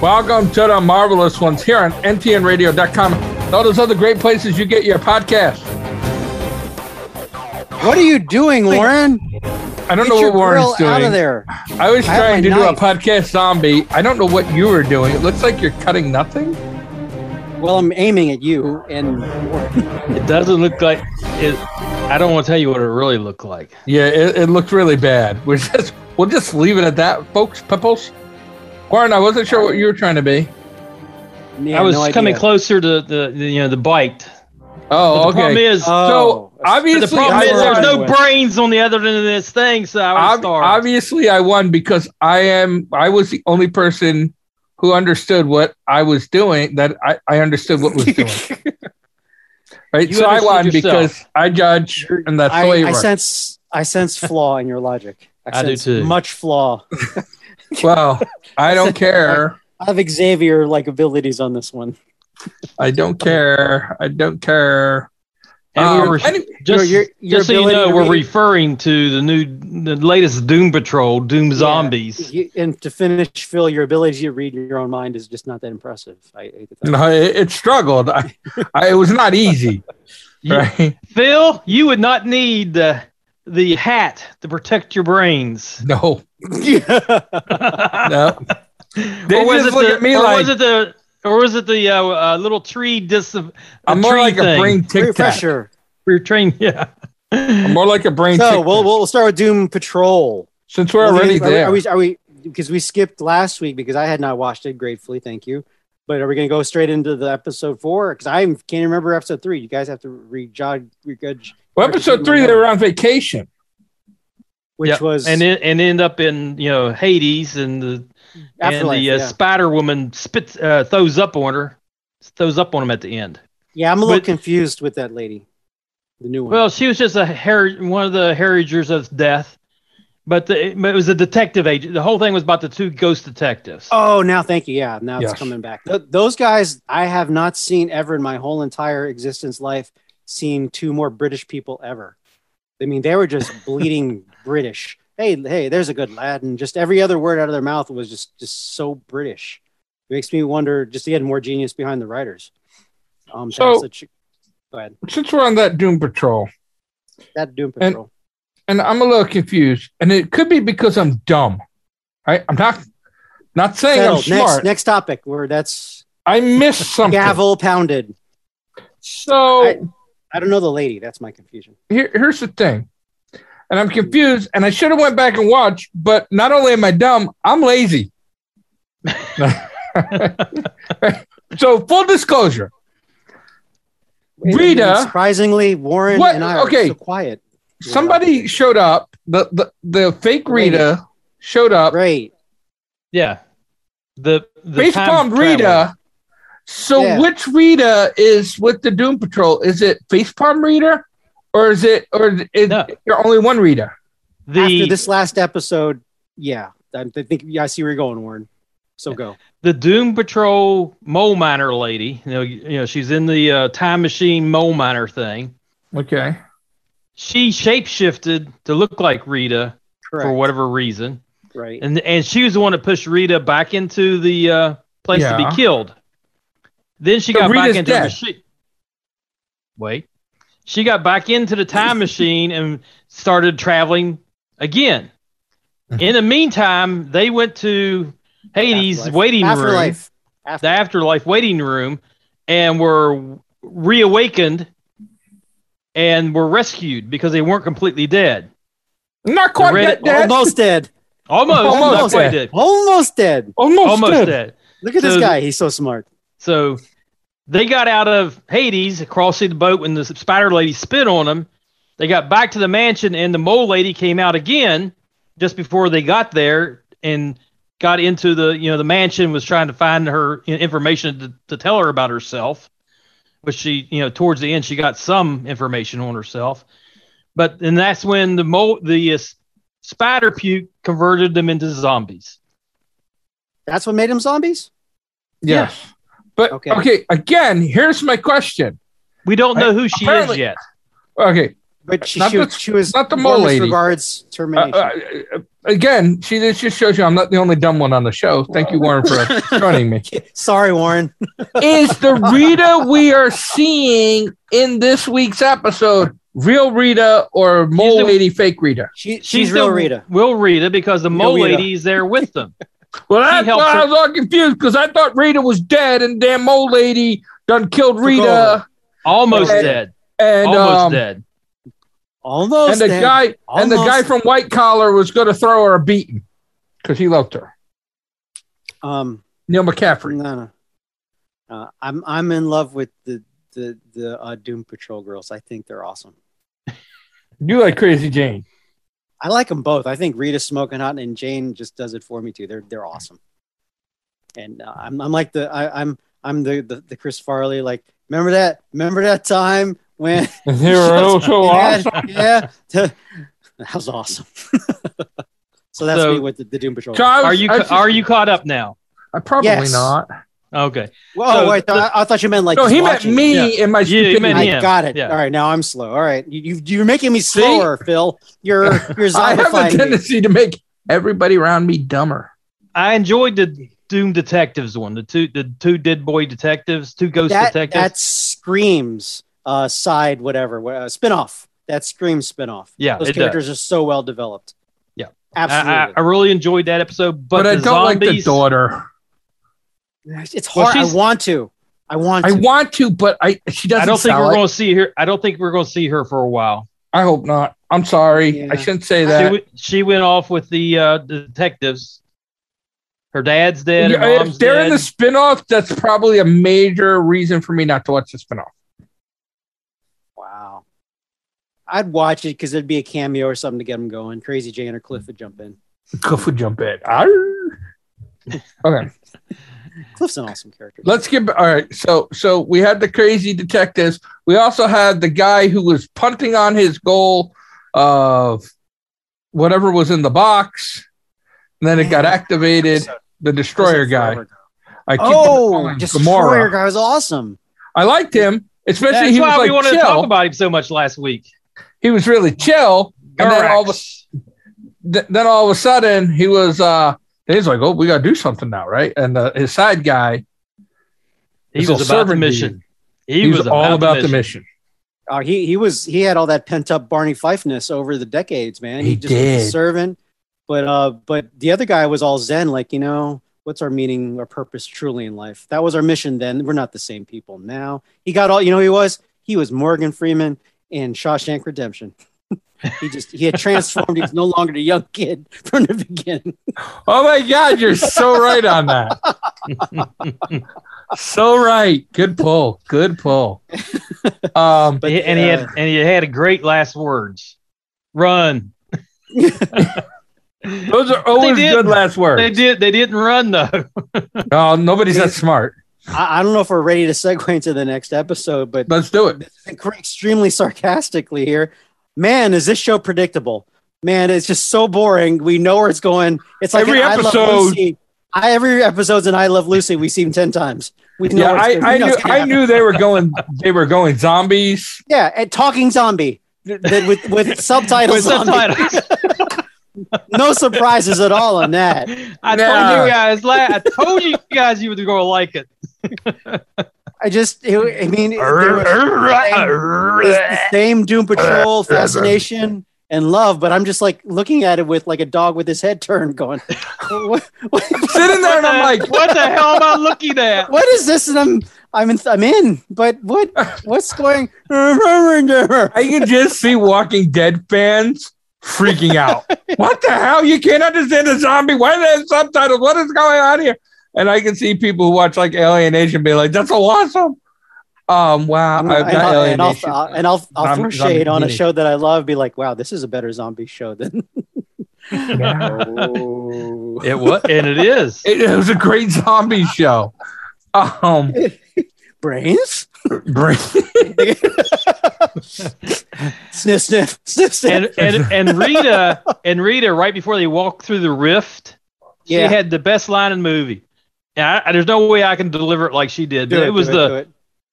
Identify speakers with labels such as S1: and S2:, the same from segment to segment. S1: welcome to the Marvelous Ones here on ntnradio.com and all those other great places you get your podcast.
S2: What are you doing, Lauren?
S1: I don't
S2: Get
S1: know
S2: your
S1: what Warren's
S2: grill
S1: doing.
S2: out of there.
S1: I was
S2: I have
S1: trying
S2: my
S1: to
S2: knife.
S1: do a podcast zombie. I don't know what you were doing. It looks like you're cutting nothing.
S2: Well, I'm aiming at you and Lauren.
S3: It doesn't look like it. I don't want to tell you what it really looked like.
S1: Yeah, it, it looked really bad. We're just, we'll just leave it at that, folks. Pipples. Warren, I wasn't sure what you were trying to be.
S2: Yeah,
S3: I was
S2: no
S3: coming
S2: idea.
S3: closer to the, the you know the biked.
S1: Oh,
S3: But the problem
S1: okay. Uh,
S3: is,
S2: Oh,
S1: so obviously,
S3: the problem
S1: I
S3: is
S1: won.
S3: there's no
S2: Right.
S3: brains on the other end of this thing, so I was
S1: Ob-
S3: starved.
S1: obviously I won because I am I was the only person who understood what I was doing that I, I understood what was doing. right.
S3: You
S1: so I
S3: understood
S1: won
S3: yourself.
S1: because I judge and that's the way
S2: I,
S1: it
S2: I
S1: works.
S2: sense I sense flaw in your logic. I,
S3: I do
S2: sense
S3: too.
S2: Much flaw.
S1: well, I don't care.
S2: I have Xavier like abilities on this one.
S1: I don't care. I don't care.
S3: And we
S1: Um,
S3: were-
S1: any-
S3: just
S2: your- your
S3: just so you
S2: ability
S3: know,
S2: to
S3: we're
S2: read-
S3: referring to the new, the latest Doom Patrol, Doom Zombies.
S2: You, and to finish, Phil, your ability to read your own mind is just not that impressive. I hate to tell you.
S1: no, it, it struggled. I, I, it was not easy.
S3: You-
S1: Right?
S3: Phil, you would not need the the hat to protect your brains.
S1: No,
S3: or
S1: no. They
S3: was
S1: just
S3: it
S1: look
S3: the,
S1: at me
S3: or
S1: like-
S3: was it the or was it the uh, uh, little tree dis? uh,
S1: I'm more
S3: tree
S1: like a
S3: thing?
S1: brain tic tac.
S2: Refresher.
S3: We were trained, yeah.
S1: I'm more like a brain.
S2: So
S1: tic-tac.
S2: we'll we'll start with Doom Patrol.
S1: Since we're
S2: Well,
S1: already
S2: are, we-
S1: there,
S2: Are we? Are we? Because we skipped last week because I had not watched it. Gratefully, thank you. But are we going to go straight into the episode four? Because I can't remember episode three. You guys have to rejog, rejudge,
S1: well, episode three, they were on vacation.
S2: which
S3: Yep.
S2: was
S3: and it, and end up in you know Hades and the and
S2: Afterlife,
S3: the uh,
S2: yeah.
S3: Spider Woman spits uh, throws up on her, throws up on him at the end.
S2: yeah, I'm a little
S3: but-
S2: confused with that lady, the new one.
S3: Well, she was just a her- one of the heragers of death, but the, but it was a detective agent. The whole thing was about the two ghost detectives.
S2: oh, now thank you. Yeah, now
S1: Yes.
S2: it's coming back. Th- those guys I have not seen ever in my whole entire existence life. Seen two more British people ever. I mean, they were just bleeding British. Hey, hey, there's a good lad, and just every other word out of their mouth was just just so British. It makes me wonder. Just again, more genius behind the writers. Um,
S1: So-
S2: that's such a- go ahead.
S1: Since we're on that Doom Patrol,
S2: That Doom
S1: And-
S2: Patrol.
S1: and I'm a little confused, and it could be because I'm dumb. Right? I'm not not saying I'm
S2: Settled.
S1: smart.
S2: next, next topic. Where that's
S1: I missed something.
S2: gavel pounded.
S1: So
S2: I- I don't know the lady. That's my confusion.
S1: here, here's the thing, and I'm confused, and I should have went back and watched. But not only am I dumb, I'm lazy. so full disclosure,
S2: And
S1: Rita-
S2: surprisingly, Warren
S1: What?
S2: and I are
S1: Okay.
S2: so quiet.
S1: somebody showed up. The the, the fake Rita showed up.
S2: Great.
S3: yeah, the, the
S1: Face
S3: time
S1: palmed Rita. So
S2: Yeah.
S1: which Rita is with the Doom Patrol? Is it face palm Rita, or is it or is
S3: No.
S1: there only one Rita?
S3: traveler. The,
S2: After this last episode, yeah, I I think yeah, I see where you're going, Warren. So go.
S3: the Doom Patrol mole miner lady. You know, you know she's in the uh, time machine mole miner thing.
S1: Okay.
S3: She shapeshifted to look like Rita
S2: Correct.
S3: for whatever reason.
S2: Right.
S3: and and she was the one that pushed Rita back into the uh, place to
S1: Yeah.
S3: be killed. Then she
S1: So
S3: got
S1: Rita's
S3: back into
S1: dead.
S3: the machine. Wait, she got back into the time machine and started traveling again. In the meantime, they went to Hades'
S2: Afterlife.
S3: waiting room,
S2: Afterlife.
S3: the
S2: Afterlife.
S3: afterlife waiting room, and were reawakened and were rescued because they weren't completely dead.
S1: Not quite
S3: Rita-
S1: that dead.
S2: Almost dead.
S3: Almost,
S1: Almost
S3: not quite
S1: dead.
S3: dead.
S2: Almost dead.
S1: Almost,
S3: Almost
S1: dead.
S3: dead.
S2: Look at
S3: So-
S2: this guy. He's so smart.
S3: So they got out of Hades, crossing the boat when the spider lady spit on them. They got back to the mansion, and the mole lady came out again just before they got there and got into the you know the mansion was trying to find her you know, information to, to tell her about herself which she you know towards the end she got some information on herself but and that's when the mole the uh, spider puke converted them into zombies
S2: That's what made him zombies.
S1: Yes. But okay.
S2: Okay.
S1: Again, here's my question.
S3: we don't know who she is
S1: Apparently-
S3: yet
S1: Okay.
S2: But she,
S1: Not
S2: she,
S1: the-
S2: she was
S1: not the mole
S2: warmest
S1: lady.
S2: Regards
S1: Uh,
S2: termination.
S1: uh, Again, she this just shows you I'm not the only dumb one on the show. Thank you, Warren, for joining me.
S2: Sorry, Warren.
S1: Is the Rita we are seeing in this week's episode real Rita or mole
S3: the-
S1: lady fake Rita?
S2: She, she's, real
S3: the-
S2: Rita.
S3: Will Rita because the
S2: Real
S3: mole
S2: Rita.
S3: lady's there with them.
S1: Well,
S3: She
S1: that's
S3: helps
S1: why I
S3: her-
S1: was all confused because I thought Rita was dead and damn mole lady done killed
S2: Took
S1: Rita
S2: over.
S3: Almost
S1: And-
S3: dead.
S1: and
S3: Almost
S1: um,
S3: dead.
S2: Almost.
S1: and the
S2: dead.
S1: guy and the guy
S2: Almost.
S1: from White Collar was going to throw her a beating because he loved her.
S2: Um,
S1: Neil McCaffrey.
S2: no, no. Uh, I'm I'm in love with the the the uh, Doom Patrol girls. I think they're awesome.
S1: You like Crazy Jane?
S2: I like them both. I think Rita's smoking hot, and Jane just does it for me too. They're they're awesome. And uh, I'm I'm like the I, I'm I'm the, the the Chris Farley. Like remember that remember that time when
S1: They
S2: were
S1: also
S2: yeah, yeah that was awesome. so that's
S3: So-
S2: me with the, the Doom Patrol.
S1: So I was-
S3: Are you
S1: I was
S3: are you caught up now?
S1: I probably
S2: Yes.
S1: not.
S3: Okay.
S2: Whoa,
S3: so
S2: wait! I, I thought you meant like
S1: No,
S2: just
S1: he
S2: watching.
S1: meant me and my
S3: Yeah, he
S1: stupidity.
S3: meant
S2: I
S3: him.
S2: got it.
S3: Yeah.
S2: All right, now I'm slow. All right, you, you you're making me slower, Phil. You're you're
S1: I have a
S2: zombifying me.
S1: tendency to make everybody around me dumber.
S3: I enjoyed the Doom Detectives one, the two the two dead boy detectives, two ghost
S2: That
S3: detectives.
S2: that screams uh, side whatever uh, spinoff. That screams spinoff.
S3: Yeah,
S2: those
S3: it does.
S2: characters are so well developed.
S3: Yeah.
S2: absolutely.
S3: I, I, I really enjoyed that episode, but,
S1: But, I
S3: the
S1: don't like the
S3: zombies.
S1: daughter.
S2: it's
S3: Well,
S2: hard.
S3: she's-
S2: I want to. I want.
S1: I
S2: To.
S1: want to, but I she doesn't.
S3: I don't think
S1: sell
S3: we're
S1: it.
S3: going to see her. I don't think we're going to see her for a while.
S1: I hope not. I'm sorry.
S2: Yeah.
S1: I shouldn't say
S3: She,
S1: that.
S3: w- she went off with the uh, detectives. Her dad's dead.
S1: Yeah,
S3: Her
S1: if
S3: mom's
S1: they're in
S3: dead.
S1: the spinoff, that's probably a major reason for me not to watch the spinoff.
S2: wow. I'd watch it because there'd be a cameo or something to get them going. Crazy Jane or Cliff would jump in.
S1: Cliff would jump in. Arr. Okay,
S2: Cliff's an awesome character.
S1: let's get all right. So, so we had the crazy detectives. We also had the guy who was punting on his goal of whatever was in the box, and then it got activated. The destroyer guy. I keep
S2: Oh,
S1: calling him
S2: Destroyer
S1: Gamora.
S2: guy was awesome.
S1: I liked him, especially
S3: That's
S1: he was
S3: why we
S1: like
S3: wanted
S1: chill.
S3: to talk about him so much last week.
S1: he was really chill, and then all of a
S3: Garrax.
S1: th- then all of a sudden he was uh he's like oh we gotta do something now right and uh, his side guy
S3: he
S1: his little
S3: was about the
S1: servant
S3: mission.
S1: dude,
S3: He,
S1: he, was, all about the mission
S2: Uh, he he was he had all that pent up Barney Fife-ness over the decades, man.
S1: He
S2: just was a
S1: did.
S2: servant, but uh, but the other guy was all Zen, like you know, what's our meaning, our purpose truly in life? That was our mission then. We're not the same people now. He got all you know. He was he was Morgan Freeman in Shawshank Redemption. he just he had transformed. he was no longer the young kid from the beginning.
S1: oh my god you're so right on that so right good pull good pull um
S2: But uh,
S3: and he had and he had a great last words. Run.
S1: those are always
S3: did.
S1: good last
S3: They
S1: words
S3: did. They didn't run though.
S1: oh nobody's that smart
S2: I, I don't know if we're ready to segue into the next episode, but
S1: let's do it
S2: extremely sarcastically here. Man, is this show predictable? Man, it's just so boring. We know where it's going. It's like
S1: Every
S2: an I Love
S1: episode-
S2: Lucy. I, every episode's an I Love Lucy. We've seen ten times. We know.
S1: yeah
S2: where it's
S1: i
S2: going.
S1: i knew
S2: We know it's gonna
S1: i
S2: happen.
S1: knew they were going they were going zombies
S2: Yeah, and talking zombie Th- th- with with subtitles.
S3: With
S2: on it.
S3: subtitles.
S2: No surprises at all on that.
S3: I
S1: Nah.
S3: told you guys. la- I told you guys you were going to like it.
S2: I just, it, I mean, there was the same Doom Patrol fascination and love, but I'm just like looking at it with like a dog with his head turned, going, what, what,
S1: sitting there and i'm like
S3: what the hell am I looking at?
S2: what is this? And I'm I'm in, I'm in, but what what's going? I
S1: I can just see Walking Dead fans freaking out. what the hell? You can't understand a zombie. Why are there subtitles? What is going on here? And I can see people who watch like Alienation be like, "That's so awesome." Um, wow,
S2: and,
S1: uh, not
S2: I'll, and, I'll, uh,
S1: Alienation.
S2: and I'll I'll
S1: Zombie-
S2: throw
S1: zombie
S2: shade on a
S1: community.
S2: show that I love, be like, wow, this is a better zombie show than.
S1: Yeah.
S2: Oh.
S3: It was, and it is.
S1: It, it was a great zombie show. Um,
S2: Brains?
S1: brain-
S2: Sniff, sniff, sniff, sniff.
S3: and, and and Rita and Rita right before they walked through the rift, she
S2: Yeah.
S3: had the best line in the movie. And I, I- there's no way I can deliver it like she did.
S2: Do
S3: But it,
S2: do
S3: was
S2: do
S3: the
S2: it.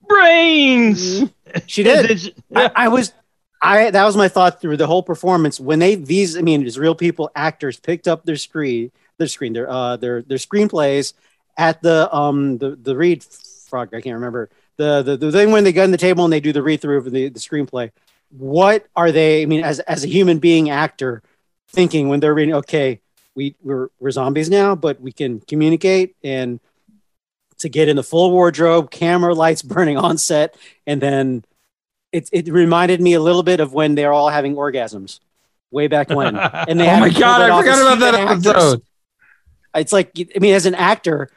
S3: brains.
S2: She did.
S3: And then she-
S2: I, I was I that was my thought through the whole performance. When they these, I mean, these real people actors picked up their screen, their screen, their uh, their their screenplays at the um the the read frog. I can't remember the the, the thing when they go on the table and they do the read through of the, the screenplay. What are they? I mean, as as a human being actor, thinking when they're reading? Okay, we we're we're zombies now, but we can communicate and to get in the full wardrobe, camera lights burning on set, and then it it reminded me a little bit of when they're all having orgasms way back when. And they
S1: Oh
S2: had
S1: my
S2: to pull
S1: god,
S2: that
S1: I
S2: off as
S1: forgot about that
S2: human actors.
S1: episode.
S2: It's like I mean, as an actor,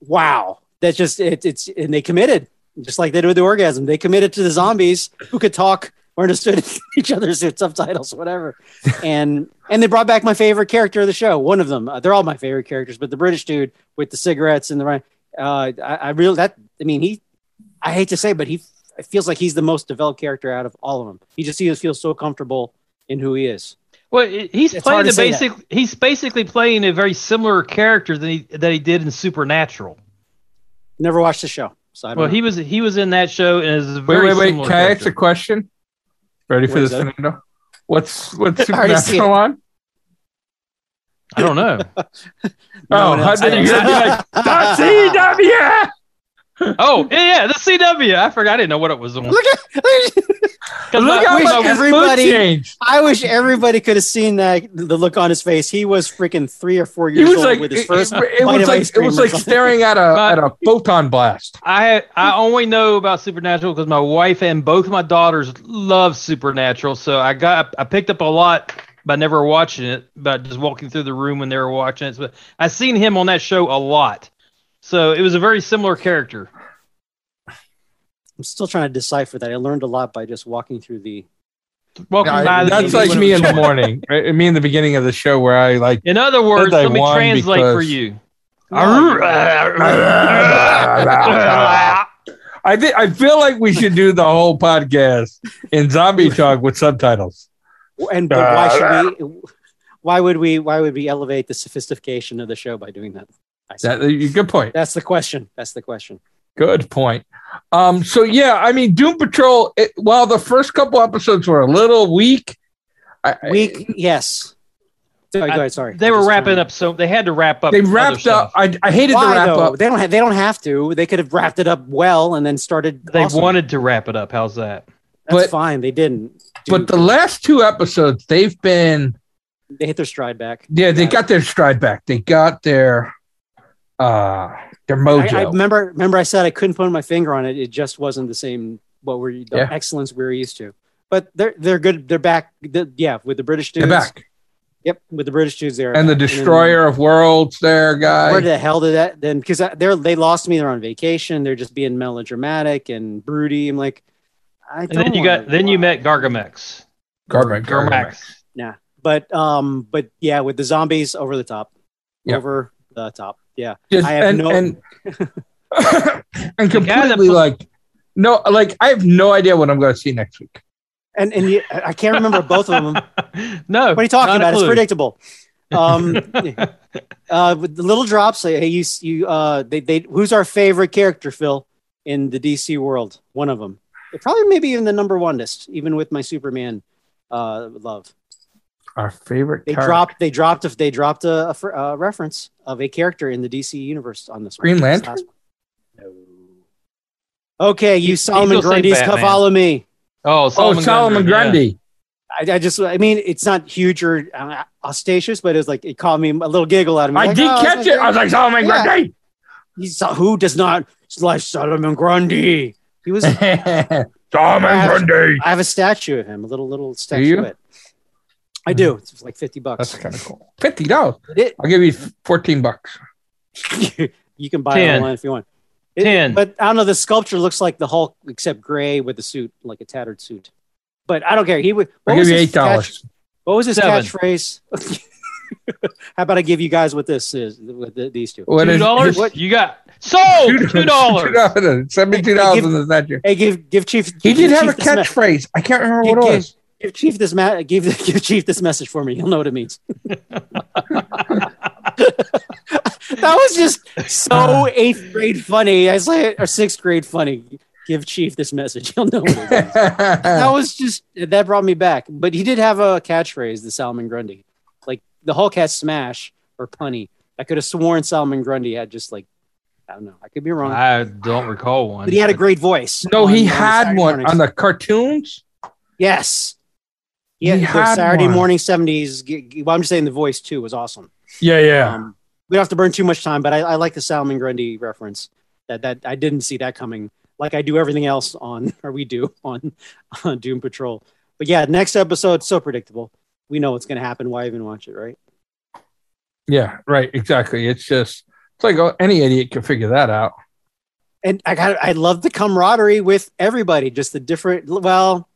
S2: wow, that's just it, it's and they committed just like they did with the orgasm. They committed to the zombies who could talk or understood each other's subtitles, whatever. And and they brought back my favorite character of the show. One of them. Uh, they're all my favorite characters, but the British dude with the cigarettes and the uh, I, I real that. I mean, he. I hate to say, but he it feels like he's the most developed character out of all of them. He just feels feels so comfortable in who he is.
S3: Well, it- he's
S2: It's
S3: playing
S2: hard to
S3: the
S2: say that.
S3: basic. He's basically playing a very similar character than he that he did in Supernatural.
S2: Never watched the show, so I don't
S3: Well,
S2: know.
S3: he was he was in that show and is a
S1: Wait,
S3: very
S1: wait, wait. Can
S3: similar
S1: I
S3: character.
S1: ask a question? Ready for
S2: What
S1: this,
S2: is that?
S1: Fernando? What's what's
S2: I already see it.
S1: supernatural on?
S3: I don't know.
S2: No
S1: Oh,
S2: one
S1: how
S2: else
S1: did you
S3: knows.
S1: you're like "That's CW?
S3: oh yeah, yeah, the CW. I forgot. I didn't know what it was on.
S2: Look at.
S3: Because
S1: Look
S3: my-
S1: how
S2: wish
S1: much his mood
S2: everybody-
S1: changed.
S2: I wish everybody could have seen that the look on his face. He was freaking three or four
S1: He
S2: years
S1: was
S2: old
S1: like eh,
S2: with
S1: it,
S2: his first.
S1: it- it
S2: bite
S1: was
S2: of ice
S1: like it was
S2: cream or
S1: like
S2: something.
S1: staring at a
S3: My-
S1: at a photon blast.
S3: I I only know about Supernatural because my wife and both my daughters love Supernatural, so I got I picked up a lot by never watching it, by just walking through the room when they were watching it. But I seen him on that show a lot, so it was a very similar character.
S2: I'm still trying to decipher that. I learned a lot by just walking through the.
S3: Welcome
S1: I-
S3: by the
S1: that's
S3: TV
S1: like
S3: when it
S1: me
S3: was
S1: in the
S3: on.
S1: morning. right? Me in the beginning of the show where I like
S3: In other words,
S1: Said they
S3: let me
S1: won
S3: translate for
S1: because- Ah,
S3: you.
S1: I
S3: ah,
S1: think I feel like we should do the whole podcast in zombie talk with subtitles.
S2: And but why should we? Why would we? Why would we elevate the sophistication of the show by doing that? I see.
S1: That good point.
S2: That's the question. That's the question.
S1: Good point. Um, so yeah, I mean, Doom Patrol. It, while the first couple episodes were a little weak, I, I-
S2: Week, yes. Sorry, go ahead. Sorry,
S3: They
S2: I
S3: were
S2: just
S3: wrapping
S2: kinda-
S3: up, so they had to wrap up.
S1: they
S3: other
S1: wrapped
S3: stuff.
S1: up. I, I hated
S2: Why
S1: the wrap
S2: though?
S1: up.
S2: They don't have. They don't have to. They could have wrapped it up well and then started.
S3: They
S2: awesome.
S3: wanted to wrap it up. How's that?
S2: That's
S1: but-
S2: fine. They didn't.
S1: But the last two episodes, they've been
S2: they hit their stride back.
S1: yeah, they
S2: Yeah.
S1: got their stride back. They got their uh their mojo.
S2: I, I remember remember I said I couldn't put my finger on it. It just wasn't the same what we're the
S1: Yeah.
S2: excellence we were used to. But they're they're good. They're back. The- yeah, with the British
S1: They're
S2: dudes.
S1: back.
S2: Yep, with the British dudes there.
S1: and the destroyer of worlds there guy
S2: Where the hell did that then? Because they're they lost me. They're on vacation. They're just being melodramatic and broody. I'm like, I
S3: And
S2: don't.
S3: then you
S2: wanna
S3: got then you
S2: watch.
S3: met Gargamex.
S1: Garmax, Garmax.
S3: Garmax.
S2: But um, but yeah, with the zombies over the top,
S1: Yep.
S2: over the top. Yeah,
S1: Just-
S2: I have
S1: and
S2: no-
S1: and, and
S3: The guy that
S1: completely
S3: put-
S1: like no like i have no idea what i'm going to see next week
S2: and and you, I I can't remember both of them. What
S3: no.
S2: are you talking
S3: not a
S2: about? It's
S3: clue.
S2: predictable. Um, uh, with the little drops. Say, hey, you, you, uh, they, they, who's our favorite character, Phil, in the DC world? One of them, probably, maybe even the number one list, even with my Superman uh, love.
S1: our favorite
S2: They
S1: character.
S2: dropped, they dropped, a, they dropped a, a, fr- a reference of a character in the DC universe on this.
S1: Green
S2: one, this
S1: Lantern?
S2: last one. No. Okay, you Solomon
S3: he'll say
S2: Grundy's, come
S3: Batman.
S2: follow me.
S3: Oh, Solomon,
S1: oh solomon
S3: Grundy.
S1: grundy
S2: I, I just, I mean, it's not huge or uh, ostentatious, but it's like it caught me a little giggle out of me.
S1: i
S2: Like,
S1: did
S2: oh, that's my
S1: catch it i was like solomon
S2: Yeah.
S1: grundy
S2: He's uh, who does not like Solomon Grundy. He was. I
S1: solomon
S2: Yeah.
S1: grundy
S2: have a statue of him, a little little
S1: Do you? Mm-hmm.
S2: statuette. I do. It's like fifty
S1: that's
S2: bucks.
S1: kind of cool 50 dollars
S2: It-
S1: i'll give you 14 bucks
S2: you can buy it
S3: Ten.
S2: online if you want. It-
S3: Ten.
S1: Mm.
S2: But I don't know. The sculpture looks like the Hulk, except gray with a suit, like a tattered suit. But I don't care. He would.
S1: i'll
S2: what was
S1: give you
S2: his
S1: eight dollars
S2: catch- What was his
S3: Seven.
S2: catchphrase? How about I give you guys what this is with the, these two?
S1: what
S3: Two
S1: is
S3: dollars?
S1: what
S3: You got sold two dollars.
S1: seventy-two dollars
S2: Give-
S1: in the statue.
S2: Hey, give give Chief.
S1: He
S2: give
S1: did have
S2: Chief
S1: a
S2: this me-
S1: catchphrase. I can't remember
S2: Give-
S1: what it
S2: give-
S1: was.
S2: give Chief this ma- give give Chief this message for me. He'll know what it means. that was just so eighth grade funny. I say or sixth grade funny. give Chief this message. He'll know what it is. that was just that brought me back. But he did have a catchphrase, the Salmon Grundy. Like the Hulk has smash or punny. I could have sworn Salmon Grundy had just like I don't know. I could be wrong.
S3: I don't recall one.
S2: but he had a great voice.
S1: no, he
S2: on- on
S1: had
S2: Saturday
S1: one
S2: mornings.
S1: on the cartoons.
S2: yes.
S1: He
S2: Yeah,
S1: had
S2: the Saturday
S1: one.
S2: morning seventies. Well, I'm just saying the voice too was awesome.
S1: Yeah, yeah.
S2: Um, we don't have to burn too much time, but I, I like the Salmon Grundy reference. That that I didn't see that coming. Like I do everything else on, or we do on, on Doom Patrol. But yeah, next episode so predictable. We know what's going to happen. Why even watch it, right?
S1: Yeah, right. Exactly. It's just it's like oh, any idiot can figure that out.
S2: And I got I love the camaraderie with everybody. Just the different, well,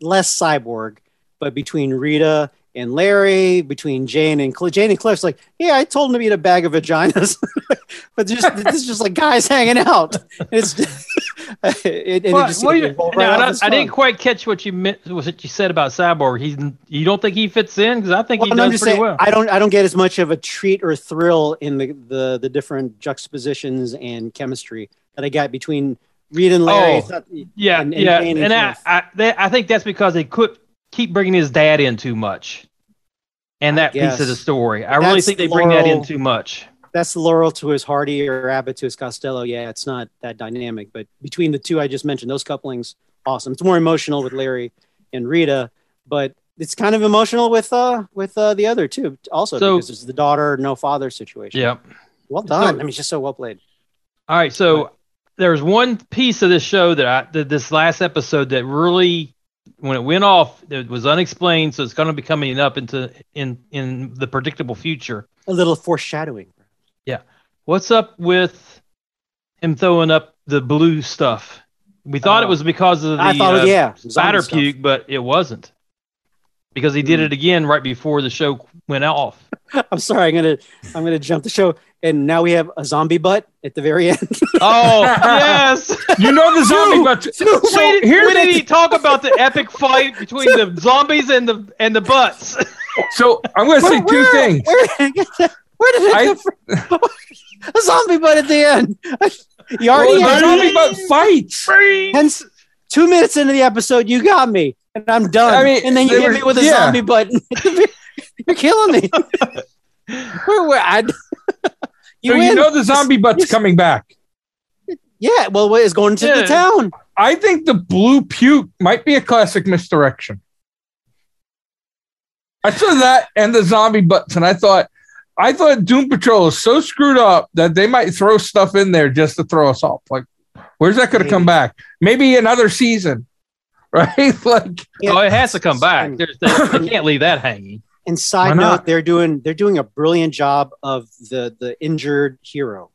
S2: less cyborg, but between Rita and Larry, between Jane and Cl- Jane and Cliff's like, yeah, I told him to eat a bag of vaginas, but just this is just like guys hanging out. It's it, and
S3: Well,
S2: it just,
S3: well,
S2: it
S3: you-
S2: rolled right
S3: now, I,
S2: off
S3: don't-
S2: his
S3: I didn't
S2: tongue.
S3: quite catch what you meant. Was it you said about Cyborg? He's you don't think he fits in because I think
S2: Well,
S3: he
S2: and I'm
S3: does
S2: just
S3: pretty
S2: saying,
S3: well.
S2: I don't I don't get as much of a treat or thrill in the the the different juxtapositions and chemistry that I got between Reed and Larry.
S3: Oh.
S2: It's not-
S3: yeah,
S2: and- and
S3: yeah,
S2: Jane and
S3: and I
S2: Cliff.
S3: I, that, I think that's because they could keep bringing his dad in too much, and that piece of the
S2: guess.
S3: story. I really
S2: That's
S3: think they bring that in
S2: Laurel-
S3: too much.
S2: that's the Laurel to his Hardy or Abbott to his Costello. Yeah, it's not that dynamic, but between the two I just mentioned, those couplings, awesome. It's more emotional with Larry and Rita, but it's kind of emotional with uh with uh, the other two also
S3: So-
S2: because it's the daughter no father situation.
S3: Yeah.
S2: Well done.
S3: So-
S2: I mean, it's just so well played.
S3: All right, so there's one piece of this show that I that this last episode that really, when it went off, it was unexplained. So it's going to be coming up into in in the predictable future.
S2: A little foreshadowing.
S3: What's up with him throwing up the blue stuff? We thought it
S2: Oh.
S3: was because of the
S2: I thought,
S3: uh,
S2: yeah, zombie
S3: spider
S2: stuff.
S3: puke, but it wasn't because he did
S2: Hmm.
S3: it again right before the show went off.
S2: I'm sorry. I'm gonna I'm gonna jump the show, and now we have a zombie butt at the very end.
S3: Oh yes.
S1: You know the zombie,
S3: Dude,
S1: but
S2: dude,
S1: so
S3: we did,
S1: here
S3: we didn't even talk about the epic fight between the zombies and the and the butts.
S1: so I'm going to say two things.
S2: Where, where did it
S1: I-
S2: come from? a zombie butt at the end. you
S1: Well,
S2: already
S3: yeah.
S1: the
S2: had
S1: zombie but fights.
S2: hence two minutes into the episode, you got me, and I'm done.
S1: I mean,
S2: and then you
S1: they
S2: hit
S1: were-
S2: me with a
S1: yeah.
S2: zombie butt. You're killing me. Where- where- I- you
S1: so
S2: win.
S1: you know the zombie butt's
S2: Yes.
S1: coming back.
S2: yeah. Well, what is going to
S3: Yeah.
S2: the town?
S1: I think the blue puke might be a classic misdirection. I saw that and the zombie butts, and I thought, I thought Doom Patrol is so screwed up that they might throw stuff in there just to throw us off. Like, where's that going to come back? Maybe another season, right? like,
S3: Oh, it has to come back.
S2: And-
S3: There's, they, they can't leave that hanging.
S2: And
S1: Why
S2: side
S1: not?
S2: note, they're doing they're doing a brilliant job of the the injured hero.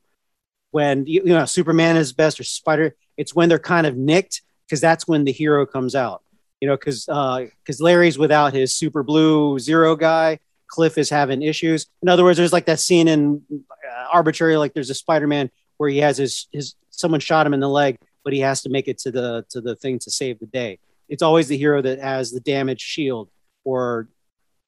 S2: When you, you know Superman is best or Spider, it's when they're kind of nicked because that's when the hero comes out. You know, because because Larry's without his super blue zero guy. Cliff is having issues. In other words, there's like that scene in uh, Arbitrary, like there's a Spider-Man where he has his his someone shot him in the leg, but he has to make it to the to the thing to save the day. It's always the hero that has the damaged shield or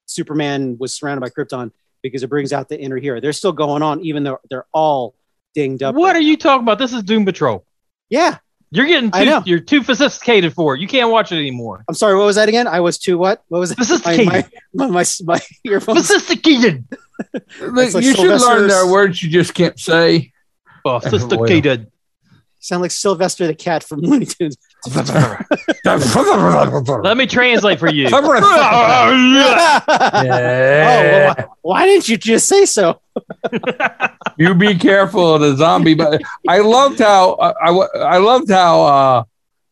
S2: Superman was surrounded by Krypton because it brings out the inner hero. They're still going on, even though they're all dinged up.
S3: What
S2: right
S3: are
S2: now.
S3: you talking about? This is Doom Patrol.
S2: Yeah,
S3: You're getting
S2: I
S3: too
S2: know.
S3: you're too sophisticated for it. You can't watch it anymore.
S2: I'm sorry. What was that again? I was too what? What was that? My
S3: Sophisticated.
S2: my my, my, my earphones.
S3: sophisticated.
S1: like,
S2: like
S1: you should learn
S2: Sylvester's-
S1: there are words you just can't say.
S3: Oh, Sophisticated.
S2: Sound like Sylvester the cat from Looney Tunes.
S3: Let me translate for you.
S2: oh,
S1: yeah.
S2: well, why, why didn't you just say so?
S1: you be careful of the zombie. But I loved how I, I, wa- I loved how uh,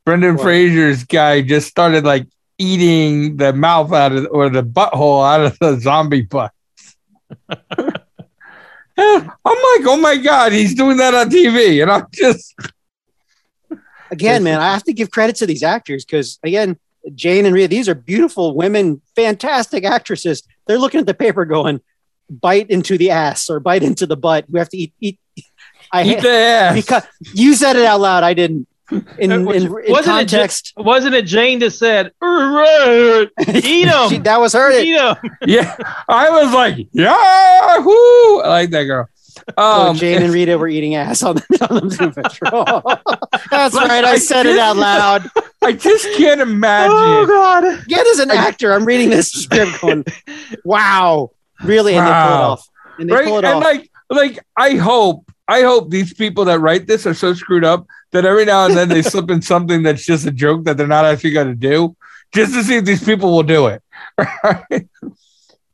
S1: Brendan
S2: What?
S1: Fraser's guy just started like eating the mouth out of or the butthole out of the zombie butt. I'm like, oh my god, he's doing that on TV, and I'm just
S2: Again, man, I have to give credit to these actors because again, Jane and Rhea, these are beautiful women, fantastic actresses. They're looking at the paper going, bite into the ass or bite into the butt. We have to eat eat. I
S1: eat
S2: hate
S1: the ass.
S2: because you said it out loud. I didn't. In, in, in
S3: Wasn't it
S2: context,
S3: Wasn't it Jane that said, "Eat
S2: she,
S3: him,
S2: that was her.
S3: eat him"?
S1: yeah, I was like, yeah, I like that girl.
S2: Well,
S1: Um,
S2: Oh, Jane and Rita were eating ass on the, on the Doom Patrol. That's
S1: Like,
S2: right. I
S1: I
S2: said it out loud.
S1: I just can't imagine.
S3: Oh, God.
S2: Yet as an
S1: I-
S2: actor, I'm reading this script going, wow. Really? And they pull it
S1: Wow.
S2: off. And they
S1: right?
S2: pull it
S1: and
S2: off.
S1: like, like I hope, I hope these people that write this are so screwed up that every now and then they slip in something that's just a joke that they're not actually going to do, just to see if these people will do it.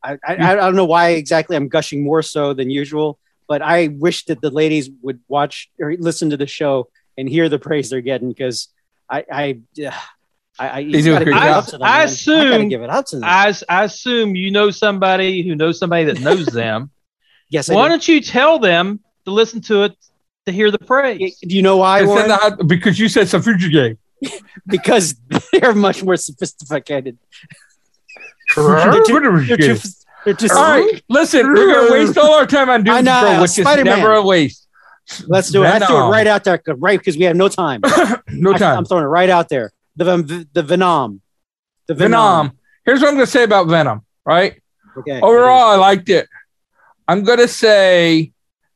S2: I, I, I don't know why exactly I'm gushing more so than usual, but I wish that the ladies would watch or listen to the show and hear the praise they're getting because I, I, yeah, I, I, you
S1: do a
S2: gotta
S1: great
S2: give it
S1: job.
S2: up to them,
S3: I
S2: man. I gotta
S3: assume-
S2: give it up to them.
S3: I, s- I assume you know somebody who knows somebody that knows them.
S2: yes, I
S3: Why
S2: do.
S3: don't you tell them to listen to it to hear the
S2: Y-
S3: praise?
S2: Do you know why,
S1: It's in
S2: Warren?
S1: the hot- because you said some future game.
S2: Because they're much more sophisticated.
S1: They're
S2: too- They're
S1: too-
S2: just, they're just
S1: all right, listen, we're going to waste all our time on
S2: I
S1: Doom
S2: know,
S1: Patrol, which
S2: Spider-Man.
S1: is never a waste.
S2: let's do it. Let's do it
S1: Venom.
S2: right out there, right? Because we have no time.
S1: No
S2: I,
S1: time.
S2: am throwing it right out there. The Ven- the Venom. The
S1: Venom. Here's what I'm going to say about Venom, right?
S2: Okay.
S1: Overall, I liked it. I'm going to say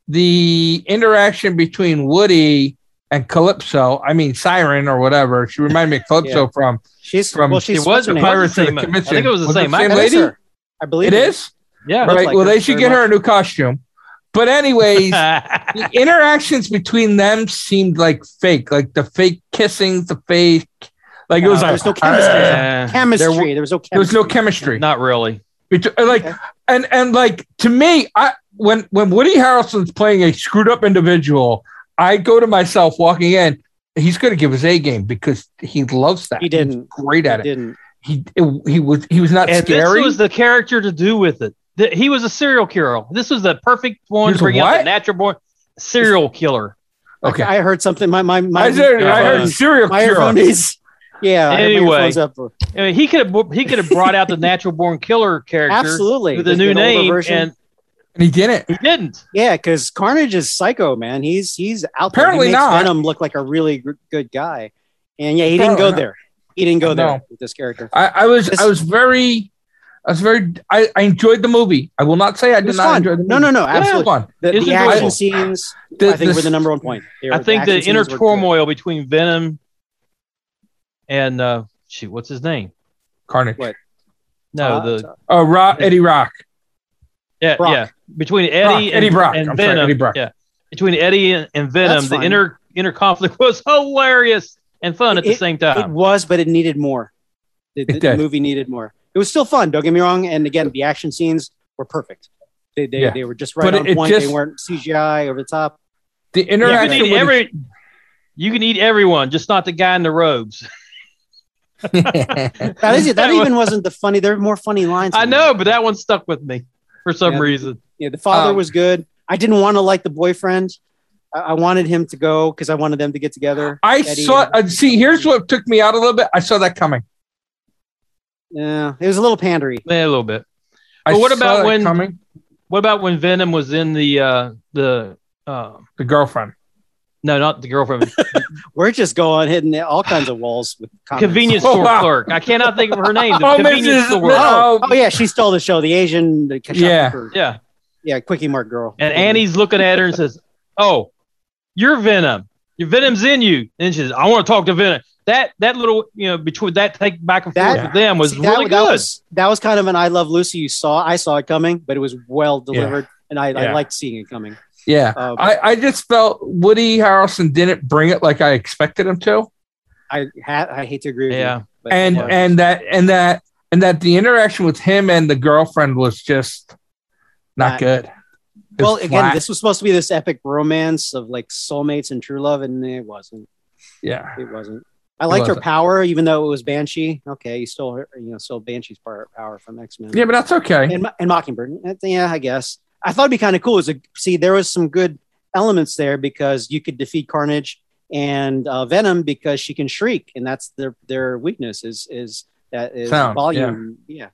S1: the interaction between Woody and Calypso, I mean, Siren or whatever, she reminded me of Calypso from
S2: sheshe's
S1: From-
S2: well, she's
S3: It was
S2: what's her name?
S3: a pirate-
S1: Pirates of the
S3: same- I think
S1: Commission.
S3: it was the same
S2: It
S1: it
S2: is
S1: lady.
S2: her. I believe
S1: It is?
S2: Looks
S3: Yeah.
S1: Right.
S2: like
S1: well,
S2: her
S1: they should
S2: very
S1: get her a new costume. But, anyways, the interactions between them seemed like fake, like the fake kissing, the fake, like it was like
S2: No, Uh, there's no chemistry.
S3: Yeah.
S2: Chemistry.
S1: There
S2: There, was no chemistry.
S1: there was no chemistry.
S3: Uh, Not really.
S1: Betw- uh, like
S2: Okay.
S1: and and like to me i when when woody harrelson's playing a screwed up individual i go to myself walking in he's going to give his a game because he loves that
S2: He didn't.
S1: He's great
S2: They
S1: at it.
S2: didn't.
S1: he he was he was not
S3: And
S1: scary
S3: this was the character to do with it. Th- he was a serial killer. This was the perfect one
S1: He was a
S3: to bring out
S1: what?
S3: the natural born serial killer.
S1: okay i,
S2: I heard something. My my my.
S1: heard, I heard
S3: uh,
S1: serial
S2: my
S1: killer
S2: earphone is. Yeah. I had my
S3: Anyway.
S2: earphones up.
S3: I mean, he could have he could have brought out the natural born killer character
S2: Absolutely.
S3: with a new
S2: an older
S3: name,
S2: version.
S3: and
S1: and he didn't
S3: he didn't.
S2: Yeah, because Carnage is psycho, man. He's he's out there. He
S1: Apparently
S2: makes
S1: not.
S2: Venom look like a really gr- good guy, and yeah, he didn't
S1: Apparently
S2: go
S1: not.
S2: there. He didn't go there
S1: No.
S2: with this character.
S1: i, I was
S2: This-
S1: i was very i was very I, I enjoyed the movie i will not say i
S2: It
S1: did
S2: was
S1: not
S2: fun.
S1: enjoy the movie
S2: No, no, no,
S1: Yeah,
S2: absolutely.
S1: fun.
S2: The,
S3: It's
S2: the
S3: enjoyable.
S2: action scenes,
S1: The-
S2: I think,
S1: the-
S2: were the number one point. They were-
S3: I think
S2: action
S3: the inner
S2: scenes were good.
S3: turmoil between Venom and uh, shoot, what's his name?
S1: carnage
S2: What?
S3: No,
S2: Uh,
S3: the
S1: uh rock eddie rock
S3: yeah,
S2: Brock.
S3: yeah, between Eddie
S1: Brock,
S3: and
S1: Eddie Brock.
S3: and
S1: I'm sorry,
S3: Venom.
S1: Eddie Brock.
S3: Yeah, between Eddie and, and Venom, the
S2: fine.
S3: inner inner conflict was hilarious and fun at the
S2: It-
S3: same
S2: it
S3: time.
S2: was, but it needed more. The, the
S1: Um, did.
S2: movie needed more. It was still fun. Don't get me wrong. And again, the action scenes were perfect. They they,
S1: Yeah.
S2: they were just right
S1: But
S2: on
S1: it- it
S2: point.
S1: just-
S2: they weren't CGI over the top.
S1: the
S3: you
S1: interaction
S3: can eat
S1: with the-
S3: every. You can eat everyone, just not the guy in the robes.
S2: That is it. That
S3: That was-
S2: even wasn't the funny. There were more funny lines.
S3: I
S2: in there.
S3: know, but that one stuck with me for some
S2: Yeah.
S3: reason.
S2: Yeah, the father
S1: Um,
S2: was good. I didn't want to like the boyfriend. I, I wanted him to go because I wanted them to get together.
S1: I
S2: Eddie
S1: saw.
S2: and-
S1: Uh, see, here's what took me out a little bit. I saw that coming.
S2: Yeah, it was a little pandery.
S3: Yeah, a little bit.
S1: I
S3: But what
S1: saw
S3: about
S1: that
S3: when-
S1: coming?
S3: What about when Venom was in the uh the uh
S1: the girlfriend?
S3: no not the girlfriend
S2: We're just going hitting all kinds of walls with comments.
S3: convenience
S1: Oh,
S3: store
S1: wow.
S3: clerk? I cannot think of her name. The
S1: Oh,
S3: convenience
S1: Mrs.
S3: store.
S2: Oh, oh yeah, she stole the show. The Asian, the
S1: Yeah.
S2: shopkeeper.
S3: Yeah,
S2: yeah, quickie mark girl.
S3: and Annie's looking at her and says, "Oh, you're Venom. Your Venom's in you." And she says, "I want to talk to Venom." That that little you know between that take back and forth
S2: That-
S3: with them was
S2: See,
S3: really
S2: that
S3: good.
S2: was that was kind of an I Love Lucy. You saw, I saw it coming, but it was well delivered, and I, I
S1: Yeah.
S2: liked seeing it coming.
S1: Yeah,
S2: Um, I,
S1: I, I just felt Woody Harrelson didn't bring it like I expected him to,
S2: ha- I hate to agree with
S3: yeah,
S2: you, but
S1: and
S2: yeah.
S1: and that and that and that the interaction with him and the girlfriend was just not
S2: Flat.
S1: good. It was
S2: well, again,
S1: flat.
S2: this was supposed to be this epic romance of like soulmates and true love, and it wasn't.
S1: yeah,
S2: It wasn't. I liked her
S1: wasn't.
S2: power, even though it was Banshee. Okay, you stole her, you know, stole Banshee's power, power from X Men.
S1: yeah, but that's okay.
S2: and, and Mockingbird. Uh, Yeah, I guess. I thought it'd be kind of cool. Is a, see, there was some good elements there because you could defeat Carnage and uh, Venom because she can shriek, and that's their their weakness is is that is
S1: Sound,
S2: volume. Yeah.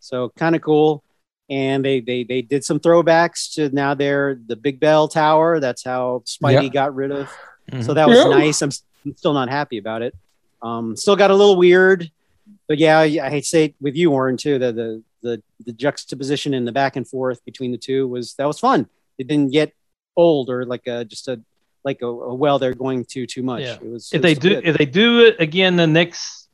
S2: So kind of cool. And they, they they did some throwbacks to now they're the Big Bell Tower. That's how Spidey
S1: Yeah. Mm-hmm.
S2: got rid of.
S3: Mhm.
S2: So that was
S1: Yeah.
S2: nice. I'm, s- I'm still not happy about it. Um, still got a little weird but yeah, I, I hate to say it with you, Warren, too. The, the the the juxtaposition and the back and forth between the two was that was fun. It didn't get old or like a just a like a, a well they're going to too much.
S3: Yeah.
S2: It was
S3: if
S2: it
S3: they
S2: was
S3: do
S2: good.
S3: if they do it again the next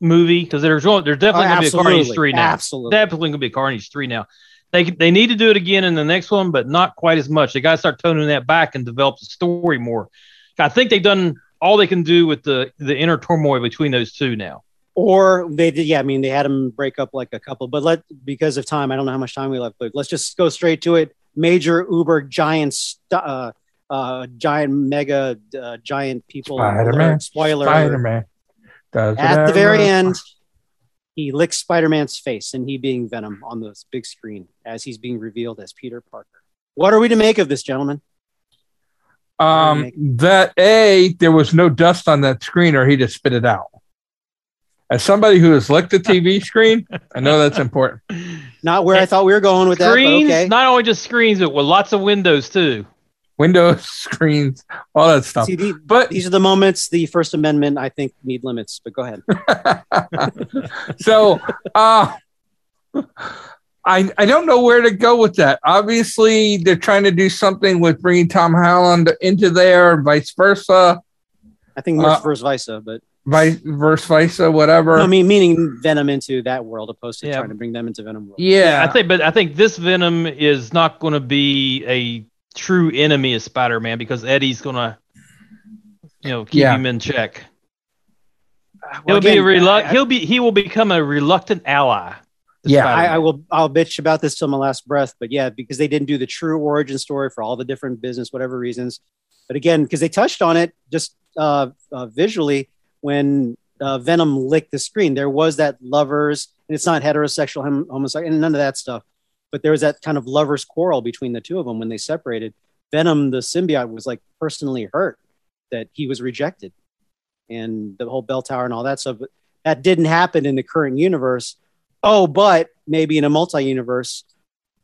S3: movie because there's going there's
S2: Oh,
S3: definitely gonna be a Carnage
S2: absolutely,
S3: three now.
S2: absolutely.
S3: Definitely gonna be a Carnage three now. They they need to do it again in the next one, but not quite as much. They gotta start toning that back and develop the story more. I think they've done all they can do with the the inner turmoil between those two now.
S2: or they did yeah i mean they had them break up like a couple but let because of time i don't know how much time we left but let's just go straight to it major uber giant st- uh, uh giant mega uh, giant people
S1: Spider-Man.
S2: alert, spoiler alert.
S1: Spider Man.
S2: at the very end he licks spider-man's face and he being venom on the big screen as he's being revealed as peter parker what are we to make of this gentlemen
S1: Um, that A, there was no dust on that screen or he'd have spit it out. As somebody who has licked a TV screen, I know that's important.
S2: not where i thought we were going with
S3: screens,
S2: that but okay
S3: not only just screens, but with lots of windows too.
S1: Windows, screens, all that stuff.
S2: See, the-
S1: But
S2: these are the moments the first amendment i think need limits but go ahead
S1: so uh I, I don't know where to go with that. Obviously, they're trying to do something with bringing Tom Holland into there, and vice versa,
S2: I think much
S1: Uh,
S2: versus Visa, but
S1: vice versa, versa, whatever.
S2: I mean, meaning Venom into that world opposed to
S3: Yeah.
S2: trying to bring them into Venom world.
S1: yeah,
S3: I think, but I think this Venom is not going to be a true enemy of Spider-Man because Eddie's going to, you know, keep
S1: Yeah.
S3: him in check.
S2: Well,
S3: he'll be a
S2: again,
S3: relu-
S2: I-
S3: he'll be he will become a reluctant ally. to
S1: Yeah.
S2: I,
S3: Spider-Man.
S2: I will. I'll bitch about this till my last breath. But yeah, because they didn't do the true origin story for all the different business, whatever reasons. But again, because they touched on it just uh, uh, visually when uh, Venom licked the screen, there was that lovers, and it's not heterosexual, hom- homosexual, and none of that stuff. But there was that kind of lovers quarrel between the two of them when they separated. Venom, the symbiote, was like personally hurt that he was rejected, and the whole bell tower and all that stuff. But that didn't happen in the current universe oh but maybe in a multi-universe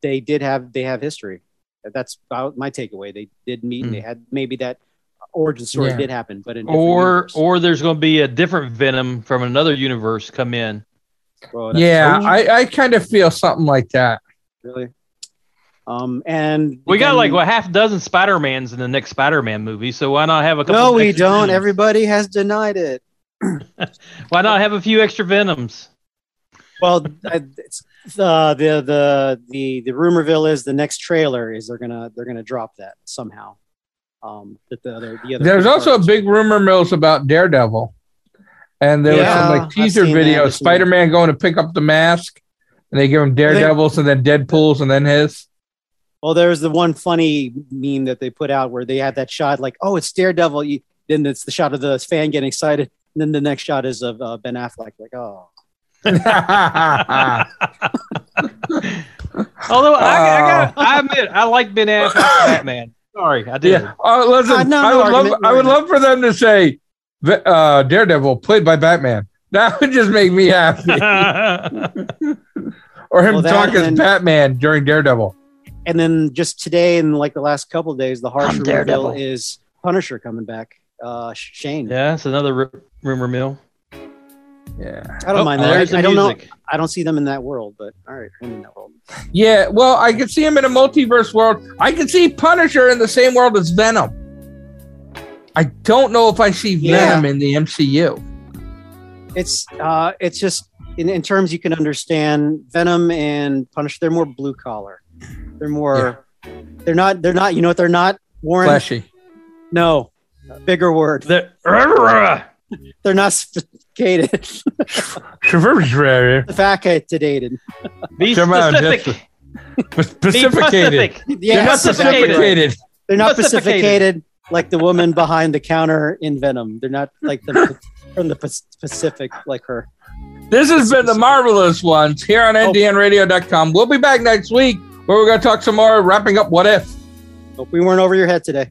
S2: they did have they have history that's about my takeaway they did meet and they
S3: Hmm.
S2: had maybe that origin story
S1: Yeah.
S2: did happen but in
S3: or or there's going to be a different Venom from another universe come in.
S2: or
S1: yeah, I, I kind of feel something like that.
S2: really um and
S3: We got
S2: again-
S3: like what half dozen Spider-Mans in the next Spider-Man movie, so why not have a couple?
S2: no we
S3: extra
S2: don't
S3: Venoms?
S2: everybody has denied it
S3: Why not have a few extra Venoms?
S2: well I, it's, uh, the the the the rumorville is the next trailer is they're gonna they're gonna drop that somehow um that the other the other
S1: There's also a
S2: parts-
S1: big rumor mills about Daredevil, and there
S2: Yeah,
S1: was some like
S2: I've
S1: teaser
S2: seen that.
S1: video
S2: I've seen that.
S1: Spider Man going to pick up the mask, and they give him Daredevils and then Deadpool's and then his.
S2: Well, there's the one funny meme that they put out where they had that shot, like, oh, it's Daredevil. You, then it's the shot of the fan getting excited. And then the next shot is of uh, Ben Affleck, like, oh.
S1: Ah.
S3: Although I, I, got,
S1: Oh.
S3: I admit I like Ben Affleck's Batman. Sorry, I did.
S1: Yeah. Uh, listen,
S2: Uh, no,
S1: I
S2: no
S1: would love
S2: argument, no
S1: I would
S2: argument.
S1: love for them to say uh, Daredevil played by Batman. That would just make me happy. or him
S2: Well, that
S1: talk as
S2: and-
S1: Batman during Daredevil.
S2: And then just today, in like the last couple of days, the harsh
S3: I'm
S2: reveal
S3: Daredevil.
S2: is Punisher coming back. Uh, Shane.
S3: yeah, it's another ru- rumor mill.
S1: Yeah.
S2: I don't
S3: Oh,
S2: mind that.
S3: there's
S2: I,
S3: the
S2: I don't know.
S3: music.
S2: I don't see them in that world, but all right, I'm in that world.
S1: Yeah. Well, I could see him in a multiverse world. I could see Punisher in the same world as Venom. I don't know if I see
S2: Yeah.
S1: Venom in the MCU.
S2: It's uh, it's just in, in terms you can understand. Venom and Punisher, they're more blue collar. They're more. They're not. They're not. You know what? They're not. Warren.
S1: Flashy.
S2: No, bigger word.
S3: The, I
S2: They're not sophisticated,
S1: Specificated.
S2: sophisticated.
S3: Be
S1: Come on,
S3: specific.
S1: Jessica.
S3: Be specific.
S1: You're
S2: Yeah,
S1: not sophisticated.
S2: They're not
S3: Pacificated.
S2: sophisticated like the woman behind the counter in Venom. They're not like the from the Pac- Pacific like her.
S1: This has been the marvelous ones here on
S3: Oh.
S1: ndnradio.com. We'll be back next week where we're going to talk some more wrapping up what if.
S2: Hope we weren't over your head today.